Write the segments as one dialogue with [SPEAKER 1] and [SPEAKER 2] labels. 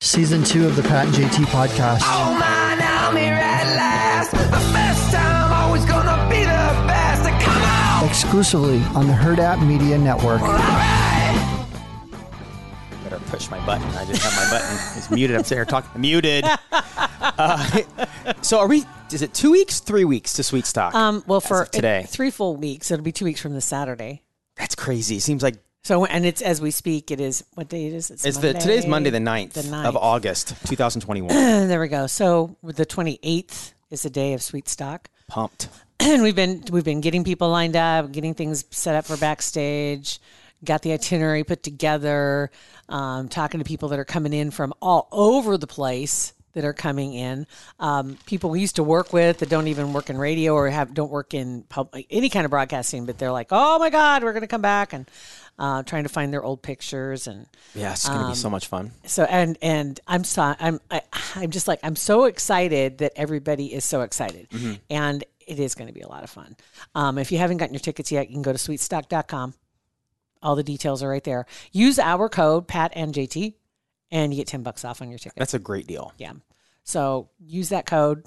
[SPEAKER 1] season two of the Pat and JT podcast.
[SPEAKER 2] Oh man, I'm here at last. The best time, always gonna be the best. Come on,
[SPEAKER 1] Exclusively on the Herd App Media Network.
[SPEAKER 2] alright.
[SPEAKER 3] better push my button. I didn't have my button. It's muted. I'm sitting here talking. Muted. Uh, so are we? Is it two weeks? Three weeks to Sweet Stock?
[SPEAKER 4] Um, well,
[SPEAKER 3] As
[SPEAKER 4] for
[SPEAKER 3] of today,
[SPEAKER 4] it- three full weeks. It'll be two weeks from this Saturday.
[SPEAKER 3] that's crazy. It seems like
[SPEAKER 4] So, and it's as we speak. It is what day it is. It's,
[SPEAKER 3] it's the today's Monday the 9th,
[SPEAKER 4] The
[SPEAKER 3] of
[SPEAKER 4] 9th.
[SPEAKER 3] August, 2021.
[SPEAKER 4] there we go. So the twenty eighth is the day of sweet stock,
[SPEAKER 3] Pumped.
[SPEAKER 4] and we've been we've been getting people lined up, getting things set up for backstage, got the itinerary put together, um, talking to people that are coming in from all over the place that are coming in. Um, people we used to work with that don't even work in radio or have don't work in public any kind of broadcasting, but they're like, oh my god, we're gonna come back and. Uh, trying to find their old pictures and
[SPEAKER 3] Yeah, it's
[SPEAKER 4] Um,
[SPEAKER 3] gonna be so much fun.
[SPEAKER 4] so and and I'm so I'm I, I'm just like I'm so excited that everybody is so excited,
[SPEAKER 3] Mm-hmm.
[SPEAKER 4] and it is going to be a lot of fun. Um, if you haven't gotten your tickets yet, you can go to sweetstock.com. All the details are right there. Use our code Pat and JT, and you get ten bucks off on your ticket.
[SPEAKER 3] That's a great deal.
[SPEAKER 4] yeah, so use that code.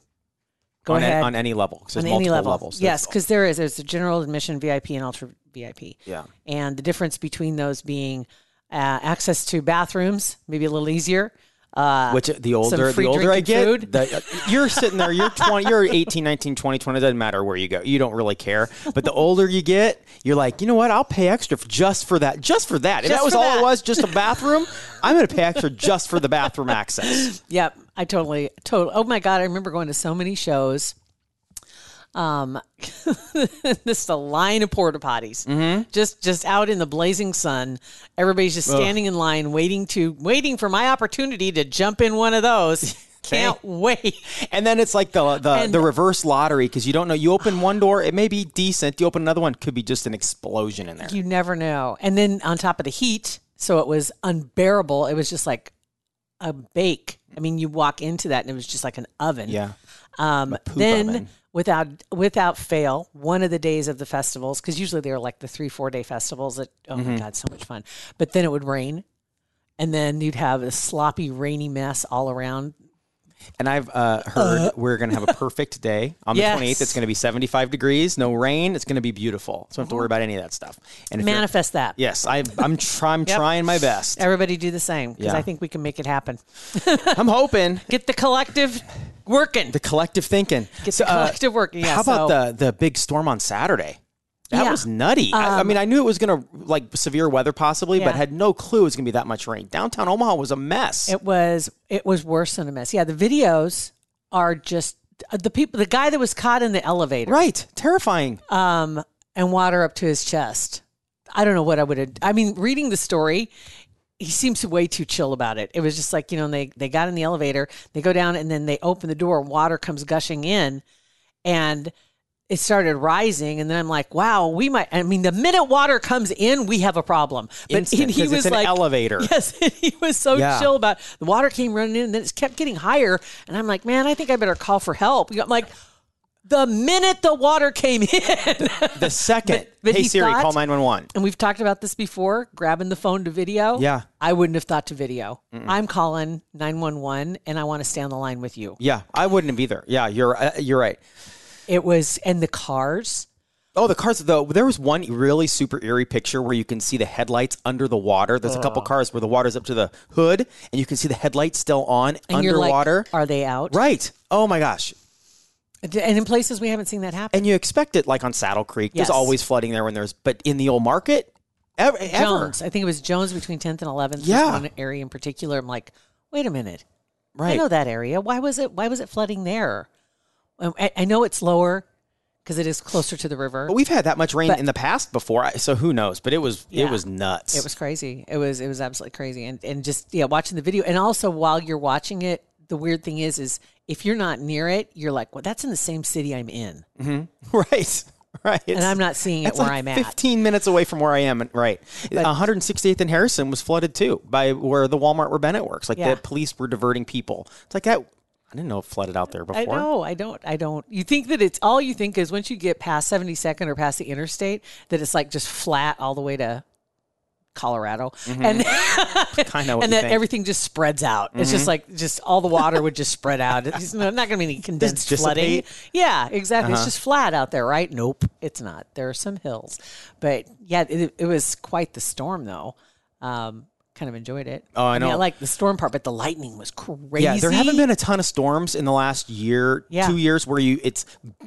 [SPEAKER 4] Go
[SPEAKER 3] on, a-
[SPEAKER 4] ahead
[SPEAKER 3] on any level. 'cause there's
[SPEAKER 4] on
[SPEAKER 3] multiple
[SPEAKER 4] any level.
[SPEAKER 3] levels.
[SPEAKER 4] Yes,
[SPEAKER 3] There's-
[SPEAKER 4] because there is. There's a general admission VIP and ultra VIP.
[SPEAKER 3] Yeah.
[SPEAKER 4] And the difference between those being uh, access to bathrooms, maybe a little easier. Uh,
[SPEAKER 3] which the older
[SPEAKER 4] free
[SPEAKER 3] the older
[SPEAKER 4] drink
[SPEAKER 3] I
[SPEAKER 4] and
[SPEAKER 3] get,
[SPEAKER 4] food.
[SPEAKER 3] the- uh, you're sitting there, you're 20, you're 18, 19, 20, 20, it doesn't matter where you go. You don't really care. But the older you get, you're like, "You know what? I'll pay extra for, just for that. Just for that. If
[SPEAKER 4] Just
[SPEAKER 3] that was
[SPEAKER 4] for
[SPEAKER 3] all it
[SPEAKER 4] that."
[SPEAKER 3] was, just a bathroom, I'm going to pay extra just for the bathroom access."
[SPEAKER 4] Yep, I totally, totally. Oh my god, I remember going to so many shows. Um, this is a line of porta potties, mm-hmm. just just out in the blazing sun. Everybody's just standing in line, waiting to waiting for my opportunity to jump in one of those. Can't wait.
[SPEAKER 3] And then it's like the the,
[SPEAKER 4] And-
[SPEAKER 3] the reverse lottery cuz you don't know. You open one door, it may be decent. You open another one, could be just an explosion in there.
[SPEAKER 4] You never know. And then on top of the heat, so it was unbearable. It was just like a bake. I mean, you walk into that and it was just like an oven.
[SPEAKER 3] Yeah.
[SPEAKER 4] Um, then
[SPEAKER 3] oven.
[SPEAKER 4] without without fail, one of the days of the festivals, because usually they were like the three four day festivals. That oh
[SPEAKER 3] Mm-hmm.
[SPEAKER 4] my god, so much fun. But then it would rain, and then you'd have a sloppy rainy mess all around.
[SPEAKER 3] And I've uh, heard we're going to have a perfect day on the
[SPEAKER 4] Yes.
[SPEAKER 3] 28th. It's going to be 75 degrees, no rain. It's going to be beautiful. So I don't have
[SPEAKER 4] Uh-huh.
[SPEAKER 3] to worry about any of that stuff. And if you're-
[SPEAKER 4] Manifest that.
[SPEAKER 3] Yes, I, I'm, try, I'm trying my best.
[SPEAKER 4] Everybody do the same because
[SPEAKER 3] Yeah.
[SPEAKER 4] I think we can make it happen.
[SPEAKER 3] I'm hoping
[SPEAKER 4] Get the collective working.
[SPEAKER 3] the collective thinking. uh,
[SPEAKER 4] Get the collective working, yeah,
[SPEAKER 3] how about
[SPEAKER 4] so-
[SPEAKER 3] the the big storm on Saturday? That
[SPEAKER 4] Yeah. Um,
[SPEAKER 3] was nutty. I, I mean, I knew it was going to like severe weather possibly, but
[SPEAKER 4] Yeah.
[SPEAKER 3] had no clue it was going to be that much rain. Downtown Omaha was a mess.
[SPEAKER 4] It was it was worse than a mess. Yeah, the videos are just uh, the people. The guy that was caught in the elevator
[SPEAKER 3] right, terrifying.
[SPEAKER 4] Uh, and water up to his chest. I don't know what I would have. I mean, reading the story, he seems way too chill about it. It was just like you know they they got in the elevator, they go down, and then they open the door, water comes gushing in, and it started rising. And then I'm like, wow, we might. I mean, the minute water comes in, we have a problem. But
[SPEAKER 3] Instant,
[SPEAKER 4] he, he
[SPEAKER 3] 'cause
[SPEAKER 4] was
[SPEAKER 3] it's an
[SPEAKER 4] like
[SPEAKER 3] elevator.
[SPEAKER 4] Yes, and he was so
[SPEAKER 3] Yeah.
[SPEAKER 4] chill about the water came running in, and then it kept getting higher, and I'm like, man, I think I better call for help. I'm like. The minute the water came in,
[SPEAKER 3] the second,
[SPEAKER 4] but- but
[SPEAKER 3] hey
[SPEAKER 4] he
[SPEAKER 3] Siri,
[SPEAKER 4] thought-
[SPEAKER 3] call 911.
[SPEAKER 4] and we've talked about this before grabbing the phone to video
[SPEAKER 3] Yeah.
[SPEAKER 4] i wouldn't have thought to video i'm calling 911 and i want to stay on the line with you
[SPEAKER 3] Yeah, I wouldn't have either. Yeah, you're uh, you're right.
[SPEAKER 4] it was and the cars
[SPEAKER 3] Oh, the cars though. There was one really super eerie picture where you can see the headlights under the water. There's a couple cars where the water's up to the hood, and you can see the headlights still on
[SPEAKER 4] and
[SPEAKER 3] underwater.
[SPEAKER 4] you're like are they out
[SPEAKER 3] right. Oh my gosh.
[SPEAKER 4] and in places we haven't seen that happen
[SPEAKER 3] And you expect it like on Saddle Creek.
[SPEAKER 4] Yes.
[SPEAKER 3] There's always flooding there when there's, but in the old market, ever. ever.
[SPEAKER 4] jones i think it was jones between 10th and 11th was
[SPEAKER 3] Yeah.
[SPEAKER 4] one area in particular i'm like wait a minute i
[SPEAKER 3] Right.
[SPEAKER 4] know that area why was it why was it flooding there Um, i, I know it's lower because it is closer to the river
[SPEAKER 3] But we've had that much rain
[SPEAKER 4] But-
[SPEAKER 3] in the past before, I- so who knows? But it was
[SPEAKER 4] Yeah.
[SPEAKER 3] it was nuts.
[SPEAKER 4] It was crazy. It was it was absolutely crazy. And and just yeah, watching the video and also while you're watching it, the weird thing is is if you're not near it, you're like, well, that's in the same city I'm in,
[SPEAKER 3] right. Right.
[SPEAKER 4] and I'm not seeing it
[SPEAKER 3] That's
[SPEAKER 4] where
[SPEAKER 3] like
[SPEAKER 4] I'm at.
[SPEAKER 3] 15 minutes away from where I am. and- Right. 168th and Harrison was flooded too by where the Walmart where Bennett works. Like
[SPEAKER 4] Yeah.
[SPEAKER 3] the police were diverting people. It's like that. I didn't know it flooded out there before.
[SPEAKER 4] I know. I don't. I don't. You think that it's all you think is once you get past 72nd or past the interstate that it's like just flat all the way to Colorado,
[SPEAKER 3] Mm-hmm.
[SPEAKER 4] and
[SPEAKER 3] kind of what you
[SPEAKER 4] and that
[SPEAKER 3] think. Mm-hmm.
[SPEAKER 4] everything just spreads out. It's just like just all the water would just spread out. It's not going to be any condensed flooding.
[SPEAKER 3] dissipate? Uh-huh.
[SPEAKER 4] Yeah, exactly. It's just flat out there, right? Nope, it's not. There are some hills, but yeah, it, it was quite the storm though. Um, kind of enjoyed it.
[SPEAKER 3] Oh, I
[SPEAKER 4] mean, I
[SPEAKER 3] know.
[SPEAKER 4] like the storm part, but the lightning was crazy.
[SPEAKER 3] Yeah, there haven't been a ton of storms in the last year,
[SPEAKER 4] Yeah.
[SPEAKER 3] two years, where you it's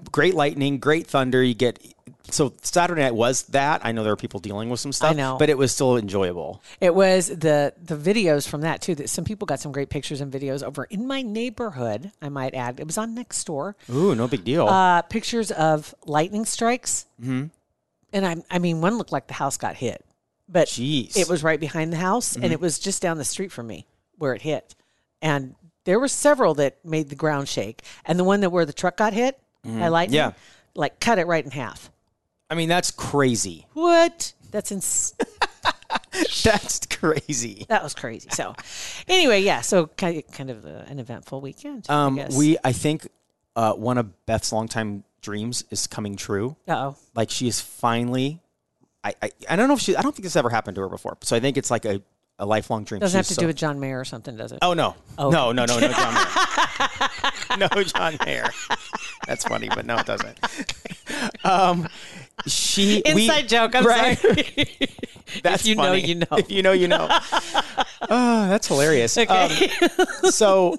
[SPEAKER 3] great lightning, great thunder. You get so Saturday night was that. I know there were people dealing with some stuff,
[SPEAKER 4] know.
[SPEAKER 3] but it was still enjoyable.
[SPEAKER 4] It was the the videos from that too. That some people got some great pictures and videos over in my neighborhood. I might add, it was on next door.
[SPEAKER 3] Ooh, no big deal.
[SPEAKER 4] Uh, pictures of lightning strikes, mm-hmm. and I I mean one looked like the house got hit, but
[SPEAKER 3] Jeez. Mm-hmm.
[SPEAKER 4] it was right behind the house, and it was just down the street from me where it hit, and there were several that made the ground shake, and the one that where the truck got hit by lightning,
[SPEAKER 3] Mm-hmm. Yeah.
[SPEAKER 4] like cut it right in half.
[SPEAKER 3] I mean, that's crazy.
[SPEAKER 4] What? That's insane.
[SPEAKER 3] That's crazy.
[SPEAKER 4] that was crazy. So, anyway, yeah. So kind of, kind of uh, an eventful weekend.
[SPEAKER 3] Um,
[SPEAKER 4] I guess.
[SPEAKER 3] we I think uh, one of Beth's longtime dreams is coming true.
[SPEAKER 4] Oh,
[SPEAKER 3] Like she is finally. I, I I don't know if she. I don't think this ever happened to her before. So I think it's like a, a lifelong dream.
[SPEAKER 4] doesn't have
[SPEAKER 3] She's
[SPEAKER 4] to
[SPEAKER 3] so-
[SPEAKER 4] do with John Mayer or something, does it?
[SPEAKER 3] Oh no! No no no no John Mayer. no John Mayer. That's funny, but no, it doesn't. Um, she we-
[SPEAKER 4] Inside joke. I'm
[SPEAKER 3] right?
[SPEAKER 4] sorry.
[SPEAKER 3] That's
[SPEAKER 4] you know,
[SPEAKER 3] funny.
[SPEAKER 4] you know.
[SPEAKER 3] If you know, you know. oh, that's hilarious.
[SPEAKER 4] Okay.
[SPEAKER 3] Um, so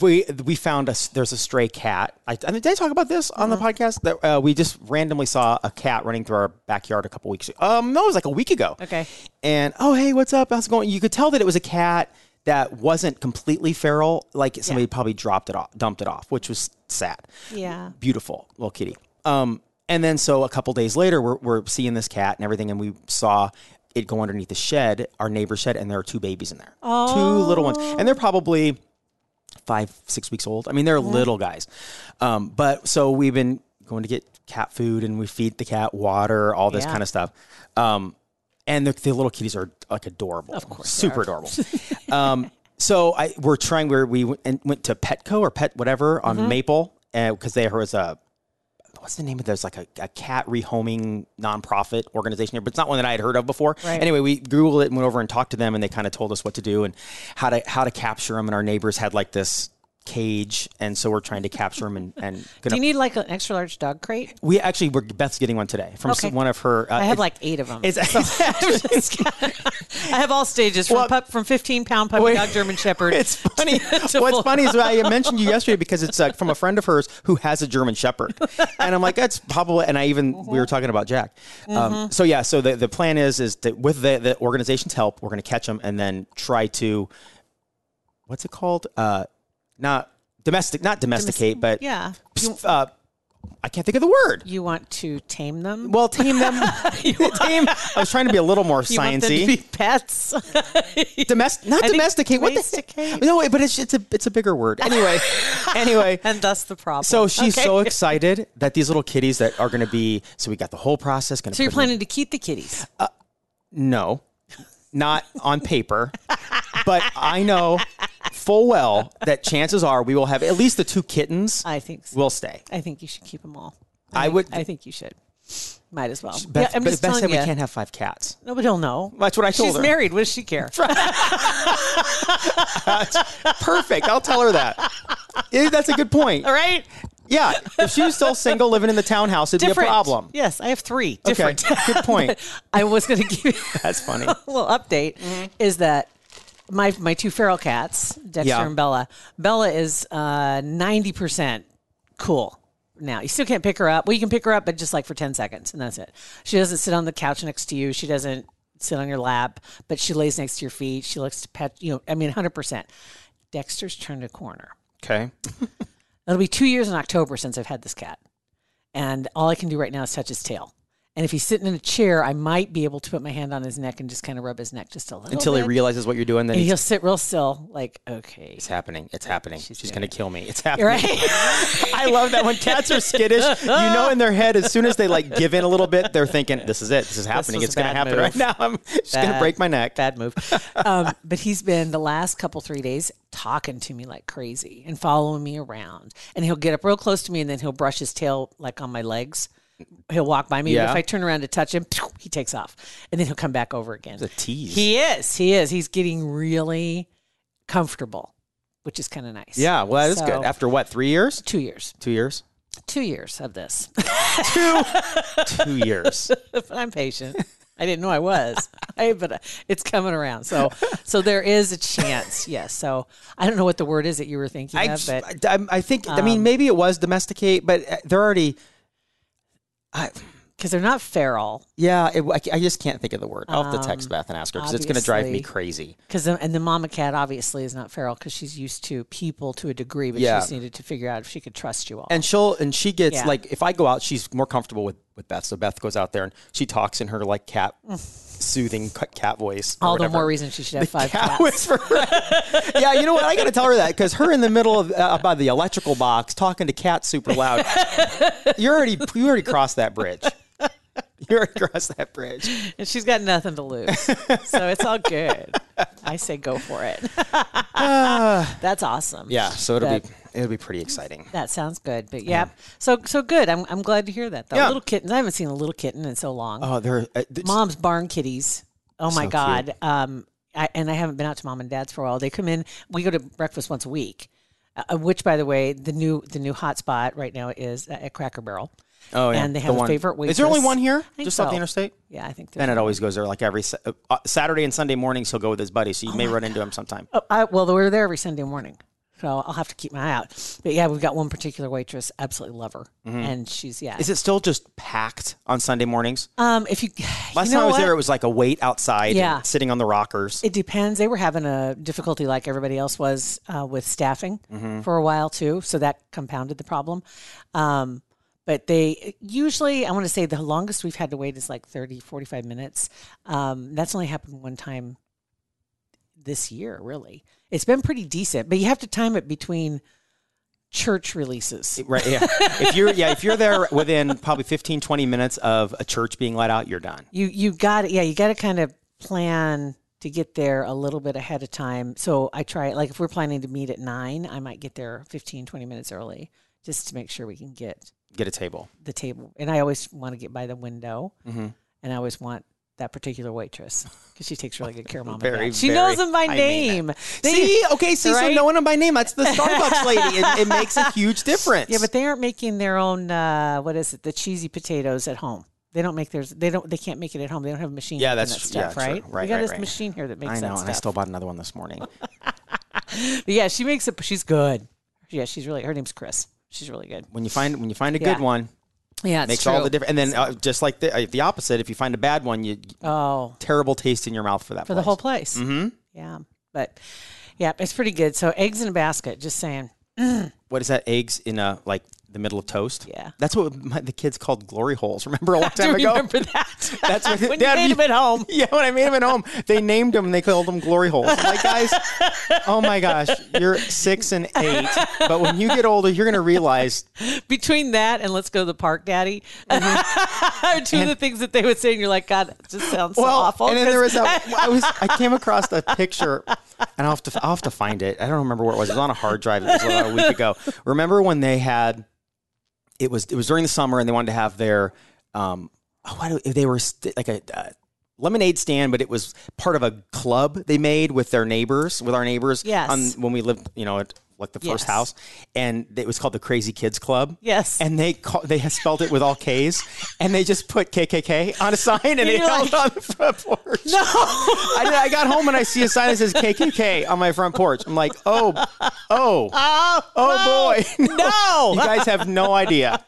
[SPEAKER 3] we we found us. There's a stray cat. I, I mean, did I talk about this on the podcast? That uh, we just randomly saw a cat running through our backyard a couple weeks. Um, no, it was like a week ago.
[SPEAKER 4] Okay.
[SPEAKER 3] And oh hey, what's up? How's it going? You could tell that it was a cat that wasn't completely feral. Like somebody probably dropped it off, dumped it off, which was sad
[SPEAKER 4] Yeah.
[SPEAKER 3] beautiful little kitty. Um, and then so a couple days later, we're, we're seeing this cat and everything, and we saw it go underneath the shed, our neighbor's shed, and there are two babies in there, two little ones, and they're probably five, six weeks old. I mean, they're little guys. Um, but so we've been going to get cat food, and we feed the cat water, all this
[SPEAKER 4] Yeah.
[SPEAKER 3] kind of stuff. Um, and the, the little kitties are like adorable, of course, super adorable. um, so I we're trying where we went, and went to Petco or Pet whatever
[SPEAKER 4] Mm-hmm.
[SPEAKER 3] on Maple because there was a what's the name of those like a, a cat rehoming nonprofit organization here, but it's not one that I had heard of before.
[SPEAKER 4] Right.
[SPEAKER 3] Anyway, we Googled it and went over and talked to them, and they kind of told us what to do and how to how to capture them. And our neighbors had like this cage, and so we're trying to capture them and and
[SPEAKER 4] Do
[SPEAKER 3] gonna,
[SPEAKER 4] you need like an extra large dog crate?
[SPEAKER 3] we actually we're Beth's getting one today from
[SPEAKER 4] Okay.
[SPEAKER 3] one of her. Uh,
[SPEAKER 4] I have
[SPEAKER 3] it-
[SPEAKER 4] like eight of them.
[SPEAKER 3] it's,
[SPEAKER 4] I have all stages from
[SPEAKER 3] Well-
[SPEAKER 4] pup from 15 pound puppy
[SPEAKER 3] Wait.
[SPEAKER 4] dog German Shepherd.
[SPEAKER 3] It's funny. What's
[SPEAKER 4] full-
[SPEAKER 3] funny is I mentioned you yesterday because it's uh, from a friend of hers who has a German Shepherd, and I'm like, that's probably. And I even we were talking about Jack. Um,
[SPEAKER 4] Mm-hmm.
[SPEAKER 3] So yeah, so the, the plan is is that with the, the organization's help, we're going to catch them and then try to, what's it called? Uh, not domestic, not domesticate, but
[SPEAKER 4] yeah.
[SPEAKER 3] Psst, uh, I can't think of the word.
[SPEAKER 4] You want to tame them?
[SPEAKER 3] Well, tame them. tame. I was trying to be a little more
[SPEAKER 4] you want them to
[SPEAKER 3] sciencey.
[SPEAKER 4] be pets?
[SPEAKER 3] Domestic, not
[SPEAKER 4] I think
[SPEAKER 3] domesticate. What the
[SPEAKER 4] domesticate.
[SPEAKER 3] No, wait, but it's it's a it's a bigger word. Anyway, anyway.
[SPEAKER 4] and that's the problem.
[SPEAKER 3] So she's
[SPEAKER 4] Okay.
[SPEAKER 3] so excited that these little kitties that are going to be. So we got the whole process. Gonna
[SPEAKER 4] So you're
[SPEAKER 3] put them
[SPEAKER 4] planning to keep the kitties?
[SPEAKER 3] in- No, not on paper, but I know full well that chances are we will have at least the two kittens.
[SPEAKER 4] I think so.
[SPEAKER 3] will stay.
[SPEAKER 4] I think you should keep them all.
[SPEAKER 3] I would.
[SPEAKER 4] I think you should. Might as well.
[SPEAKER 3] Beth,
[SPEAKER 4] yeah, I'm
[SPEAKER 3] Beth-
[SPEAKER 4] just
[SPEAKER 3] Beth
[SPEAKER 4] telling
[SPEAKER 3] said
[SPEAKER 4] you.
[SPEAKER 3] we can't have five cats.
[SPEAKER 4] Nobody will know.
[SPEAKER 3] That's what I told
[SPEAKER 4] She's
[SPEAKER 3] her.
[SPEAKER 4] married. What does she care?
[SPEAKER 3] Perfect. I'll tell her that. Yeah, That's a good point.
[SPEAKER 4] All right.
[SPEAKER 3] Yeah. If she was still single, living in the townhouse, it'd
[SPEAKER 4] Different.
[SPEAKER 3] be a problem.
[SPEAKER 4] Yes, I have three.
[SPEAKER 3] Okay.
[SPEAKER 4] Different.
[SPEAKER 3] Good point.
[SPEAKER 4] I was going to give you
[SPEAKER 3] That's funny.
[SPEAKER 4] a little update.
[SPEAKER 3] Mm-hmm.
[SPEAKER 4] Is that my my two feral cats, Dexter
[SPEAKER 3] Yeah.
[SPEAKER 4] and Bella? Bella is uh, ninety percent cool now. You still can't pick her up. Well, you can pick her up, but just like for ten seconds, and that's it. She doesn't sit on the couch next to you. She doesn't sit on your lap, but she lays next to your feet. She likes to pet. You know, I mean, hundred percent. Dexter's turned a corner.
[SPEAKER 3] Okay.
[SPEAKER 4] It'll be two years in October since I've had this cat. And all I can do right now is touch his tail. And if he's sitting in a chair, I might be able to put my hand on his neck and just kind of rub his neck just a little
[SPEAKER 3] Until
[SPEAKER 4] bit.
[SPEAKER 3] he realizes what you're doing, then
[SPEAKER 4] and
[SPEAKER 3] he's
[SPEAKER 4] he'll sit real still, like, okay.
[SPEAKER 3] it's happening. It's happening. She's,
[SPEAKER 4] doing
[SPEAKER 3] gonna kill me. It's happening.
[SPEAKER 4] Right?
[SPEAKER 3] I love that when cats are skittish, you know in their head as soon as they like give in a little bit, they're thinking, This is it, this is happening,
[SPEAKER 4] was
[SPEAKER 3] it's
[SPEAKER 4] a
[SPEAKER 3] gonna
[SPEAKER 4] bad
[SPEAKER 3] happen
[SPEAKER 4] move.
[SPEAKER 3] right now. I'm she's gonna
[SPEAKER 4] Bad-
[SPEAKER 3] break my neck.
[SPEAKER 4] Bad move. Um, but he's been the last couple, three days talking to me like crazy and following me around. And he'll get up real close to me and then he'll brush his tail like on my legs. he'll walk by me.
[SPEAKER 3] Yeah.
[SPEAKER 4] If I turn around to touch him, he takes off, and then he'll come back over again.
[SPEAKER 3] a tease.
[SPEAKER 4] He is. He is. He's getting really comfortable, which is kind of nice.
[SPEAKER 3] yeah, well, that is
[SPEAKER 4] So-
[SPEAKER 3] good. After what, three years?
[SPEAKER 4] Two years.
[SPEAKER 3] Two years?
[SPEAKER 4] Two years of this.
[SPEAKER 3] Two years.
[SPEAKER 4] but I'm patient. I didn't know I was, I, but uh, it's coming around. So, so there is a chance. Yes. So I don't know what the word is that you were thinking
[SPEAKER 3] I,
[SPEAKER 4] of, but um,
[SPEAKER 3] I, I think, I mean, maybe it was domesticate, but uh, they're already, I,
[SPEAKER 4] because they're not feral,
[SPEAKER 3] yeah, it, I, I just can't think of the word. I'll have to text Beth and ask her because it's going to drive me
[SPEAKER 4] Um, obviously.
[SPEAKER 3] crazy.
[SPEAKER 4] because and the mama cat obviously is not feral because she's used to people to a degree, but
[SPEAKER 3] Yeah.
[SPEAKER 4] she just needed to figure out if she could trust you all.
[SPEAKER 3] And she'll and she gets
[SPEAKER 4] Yeah.
[SPEAKER 3] like if I go out, she's more comfortable with with Beth. So Beth goes out there and she talks in her like cat soothing ca- cat voice. or
[SPEAKER 4] all the
[SPEAKER 3] whatever.
[SPEAKER 4] more reason she should have five
[SPEAKER 3] cat
[SPEAKER 4] cats.
[SPEAKER 3] whisperer. yeah, you know what? I got to tell her that because her in the middle of uh, by the electrical box talking to cats super loud. you already you already crossed that bridge. You already crossed that bridge.
[SPEAKER 4] And she's got nothing to lose, so it's all good. I say go for it. That's awesome.
[SPEAKER 3] Ah. Yeah, so it'll
[SPEAKER 4] That-
[SPEAKER 3] be it'll be pretty exciting.
[SPEAKER 4] That sounds good, but yeah. So so good. I'm I'm glad to hear that. though.
[SPEAKER 3] Yeah.
[SPEAKER 4] little kittens. I haven't seen a little kitten in so long.
[SPEAKER 3] Oh, they're uh, th-
[SPEAKER 4] Mom's barn kitties. Oh my
[SPEAKER 3] So
[SPEAKER 4] god. Um, I, and I haven't been out to mom and dad's for a while. They come in. We go to breakfast once a week, uh, which by the way, the new the new hot spot right now is at Cracker Barrel.
[SPEAKER 3] oh yeah,
[SPEAKER 4] and they
[SPEAKER 3] the
[SPEAKER 4] have a
[SPEAKER 3] one.
[SPEAKER 4] favorite
[SPEAKER 3] Is there only
[SPEAKER 4] waitress.
[SPEAKER 3] one here?
[SPEAKER 4] I think
[SPEAKER 3] Just off
[SPEAKER 4] so.
[SPEAKER 3] the interstate.
[SPEAKER 4] Yeah, I think.
[SPEAKER 3] Bennett
[SPEAKER 4] there's
[SPEAKER 3] always goes there like every Sa- uh, uh, Saturday and Sunday mornings. He'll go with his buddies, so you may run into him sometime.
[SPEAKER 4] Oh, I, well, we're there every Sunday morning, so I'll have to keep my eye out. But yeah, we've got one particular waitress. Absolutely love her, and she's yeah.
[SPEAKER 3] Mm-hmm. Is it still just packed on Sunday mornings?
[SPEAKER 4] um, if you
[SPEAKER 3] Last
[SPEAKER 4] you know
[SPEAKER 3] time I was
[SPEAKER 4] what?
[SPEAKER 3] there, it was like a wait outside,
[SPEAKER 4] Yeah.
[SPEAKER 3] and sitting on the rockers.
[SPEAKER 4] It depends. They were having a difficulty, like everybody else was, uh, with staffing for a while too. So that compounded the problem. Um, but they usually, I want to say the longest we've had to wait is like 30, 45 minutes. Um, that's only happened one time this year, really. It's been pretty decent, but you have to time it between church releases.
[SPEAKER 3] Right. Yeah. if you're yeah, if you're there within probably 15, 20 minutes of a church being let out, you're done.
[SPEAKER 4] You you got it. Yeah, you got to kind of plan to get there a little bit ahead of time. So I try like if we're planning to meet at 9, I might get there 15 20 minutes early just to make sure we can get
[SPEAKER 3] Get a table.
[SPEAKER 4] the table. And I always want to get by the window.
[SPEAKER 3] Mm-hmm.
[SPEAKER 4] And I always want that particular waitress because she takes really good care of mom. and
[SPEAKER 3] Very,
[SPEAKER 4] dad. she
[SPEAKER 3] very-
[SPEAKER 4] knows them by
[SPEAKER 3] I mean
[SPEAKER 4] name. They-
[SPEAKER 3] see, okay, see, so
[SPEAKER 4] right?
[SPEAKER 3] knowing them by name, that's the Starbucks lady. It, it makes a huge difference.
[SPEAKER 4] Yeah, but they aren't making their own. Uh, what is it? The cheesy potatoes at home. They don't make theirs. They don't. They can't make it at home. They don't have a machine.
[SPEAKER 3] Yeah,
[SPEAKER 4] making
[SPEAKER 3] that's
[SPEAKER 4] that
[SPEAKER 3] tr- yeah,
[SPEAKER 4] stuff,
[SPEAKER 3] true.
[SPEAKER 4] right?
[SPEAKER 3] Right,
[SPEAKER 4] We got
[SPEAKER 3] right,
[SPEAKER 4] this
[SPEAKER 3] right.
[SPEAKER 4] machine here that makes
[SPEAKER 3] I
[SPEAKER 4] that
[SPEAKER 3] know,
[SPEAKER 4] stuff.
[SPEAKER 3] and I still bought another one this morning.
[SPEAKER 4] But yeah, she makes it. She's good. Yeah, she's really. Her name's Chris. She's really good.
[SPEAKER 3] When you find when you find a
[SPEAKER 4] Yeah.
[SPEAKER 3] good one,
[SPEAKER 4] Yeah, it's
[SPEAKER 3] makes
[SPEAKER 4] true.
[SPEAKER 3] all the difference. And then uh, just like the, uh, the opposite, if you find a bad one, you
[SPEAKER 4] Oh,
[SPEAKER 3] terrible taste in your mouth for that.
[SPEAKER 4] for the whole place. Mm-hmm. Yeah, but yeah, it's pretty good. So eggs in a basket. Just saying.
[SPEAKER 3] what is that? Eggs in a like the middle of toast.
[SPEAKER 4] Yeah.
[SPEAKER 3] that's what my, the kids called glory holes. Remember a long time
[SPEAKER 4] Do you
[SPEAKER 3] ago?
[SPEAKER 4] remember that?
[SPEAKER 3] That's what
[SPEAKER 4] when
[SPEAKER 3] Dad,
[SPEAKER 4] you made
[SPEAKER 3] you-
[SPEAKER 4] them at home.
[SPEAKER 3] Yeah, when I made them at home, they named them. They called them glory holes. I'm like, guys, oh my gosh, you're six and eight, but when you get older, you're gonna realize
[SPEAKER 4] Between that and let's go to the park, Daddy,
[SPEAKER 3] Mm-hmm.
[SPEAKER 4] are two of the things that they would say, and you're like, God, it just sounds so awful.
[SPEAKER 3] And then there was
[SPEAKER 4] 'cause
[SPEAKER 3] that. I was. I came across a picture, and I'll have to. I'll have to find it. I don't remember where it was. It was on a hard drive. It was about a week ago. Remember when they had? It was. It was during the summer, and they wanted to have their. Um, oh, why do they were st- like a. Uh, Lemonade stand, but it was part of a club they made with their neighbors, with our neighbors.
[SPEAKER 4] Yes.
[SPEAKER 3] On when we lived, you know, at like the first
[SPEAKER 4] Yes.
[SPEAKER 3] house, and it was called the Crazy Kids Club.
[SPEAKER 4] Yes.
[SPEAKER 3] And they call, they spelled it with all K's, and they just put KKK on a sign, and it
[SPEAKER 4] you're
[SPEAKER 3] held
[SPEAKER 4] like-
[SPEAKER 3] on the front porch.
[SPEAKER 4] No.
[SPEAKER 3] I, did- I got home and I see a sign that says KKK on my front porch. I'm like, oh, oh, oh, boy, no! You guys have no idea.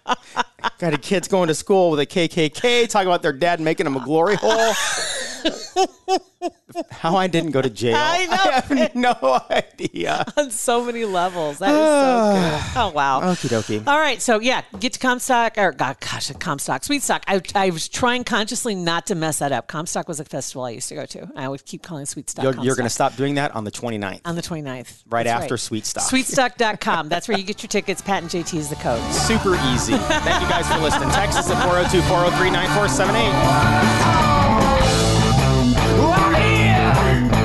[SPEAKER 3] Got a kids going to school with a KKK, talking about their dad making them a glory hole. How I didn't go to jail?
[SPEAKER 4] I know.
[SPEAKER 3] have no idea.
[SPEAKER 4] on so many levels. That is so good. Oh wow.
[SPEAKER 3] Okie dokie.
[SPEAKER 4] All right, so yeah, get to Comstock or God, gosh, Comstock, Sweet Stock. I, I was trying consciously not to mess that up. Comstock was a festival I used to go to. I would keep calling Sweet Stock.
[SPEAKER 3] You're, you're going to
[SPEAKER 4] Comstock.
[SPEAKER 3] stop doing that on the 29th.
[SPEAKER 4] on the 29th,
[SPEAKER 3] Right
[SPEAKER 4] That's
[SPEAKER 3] after Sweet Stock.
[SPEAKER 4] Sweetstock.com. That's where you get your tickets. Pat and JT is the code.
[SPEAKER 3] Super easy. Thank you guys for listening. Text us at 402 403 9478.
[SPEAKER 2] We're here.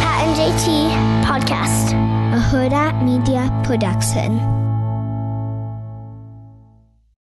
[SPEAKER 5] Pat and JT Podcast, a Huda Media Production.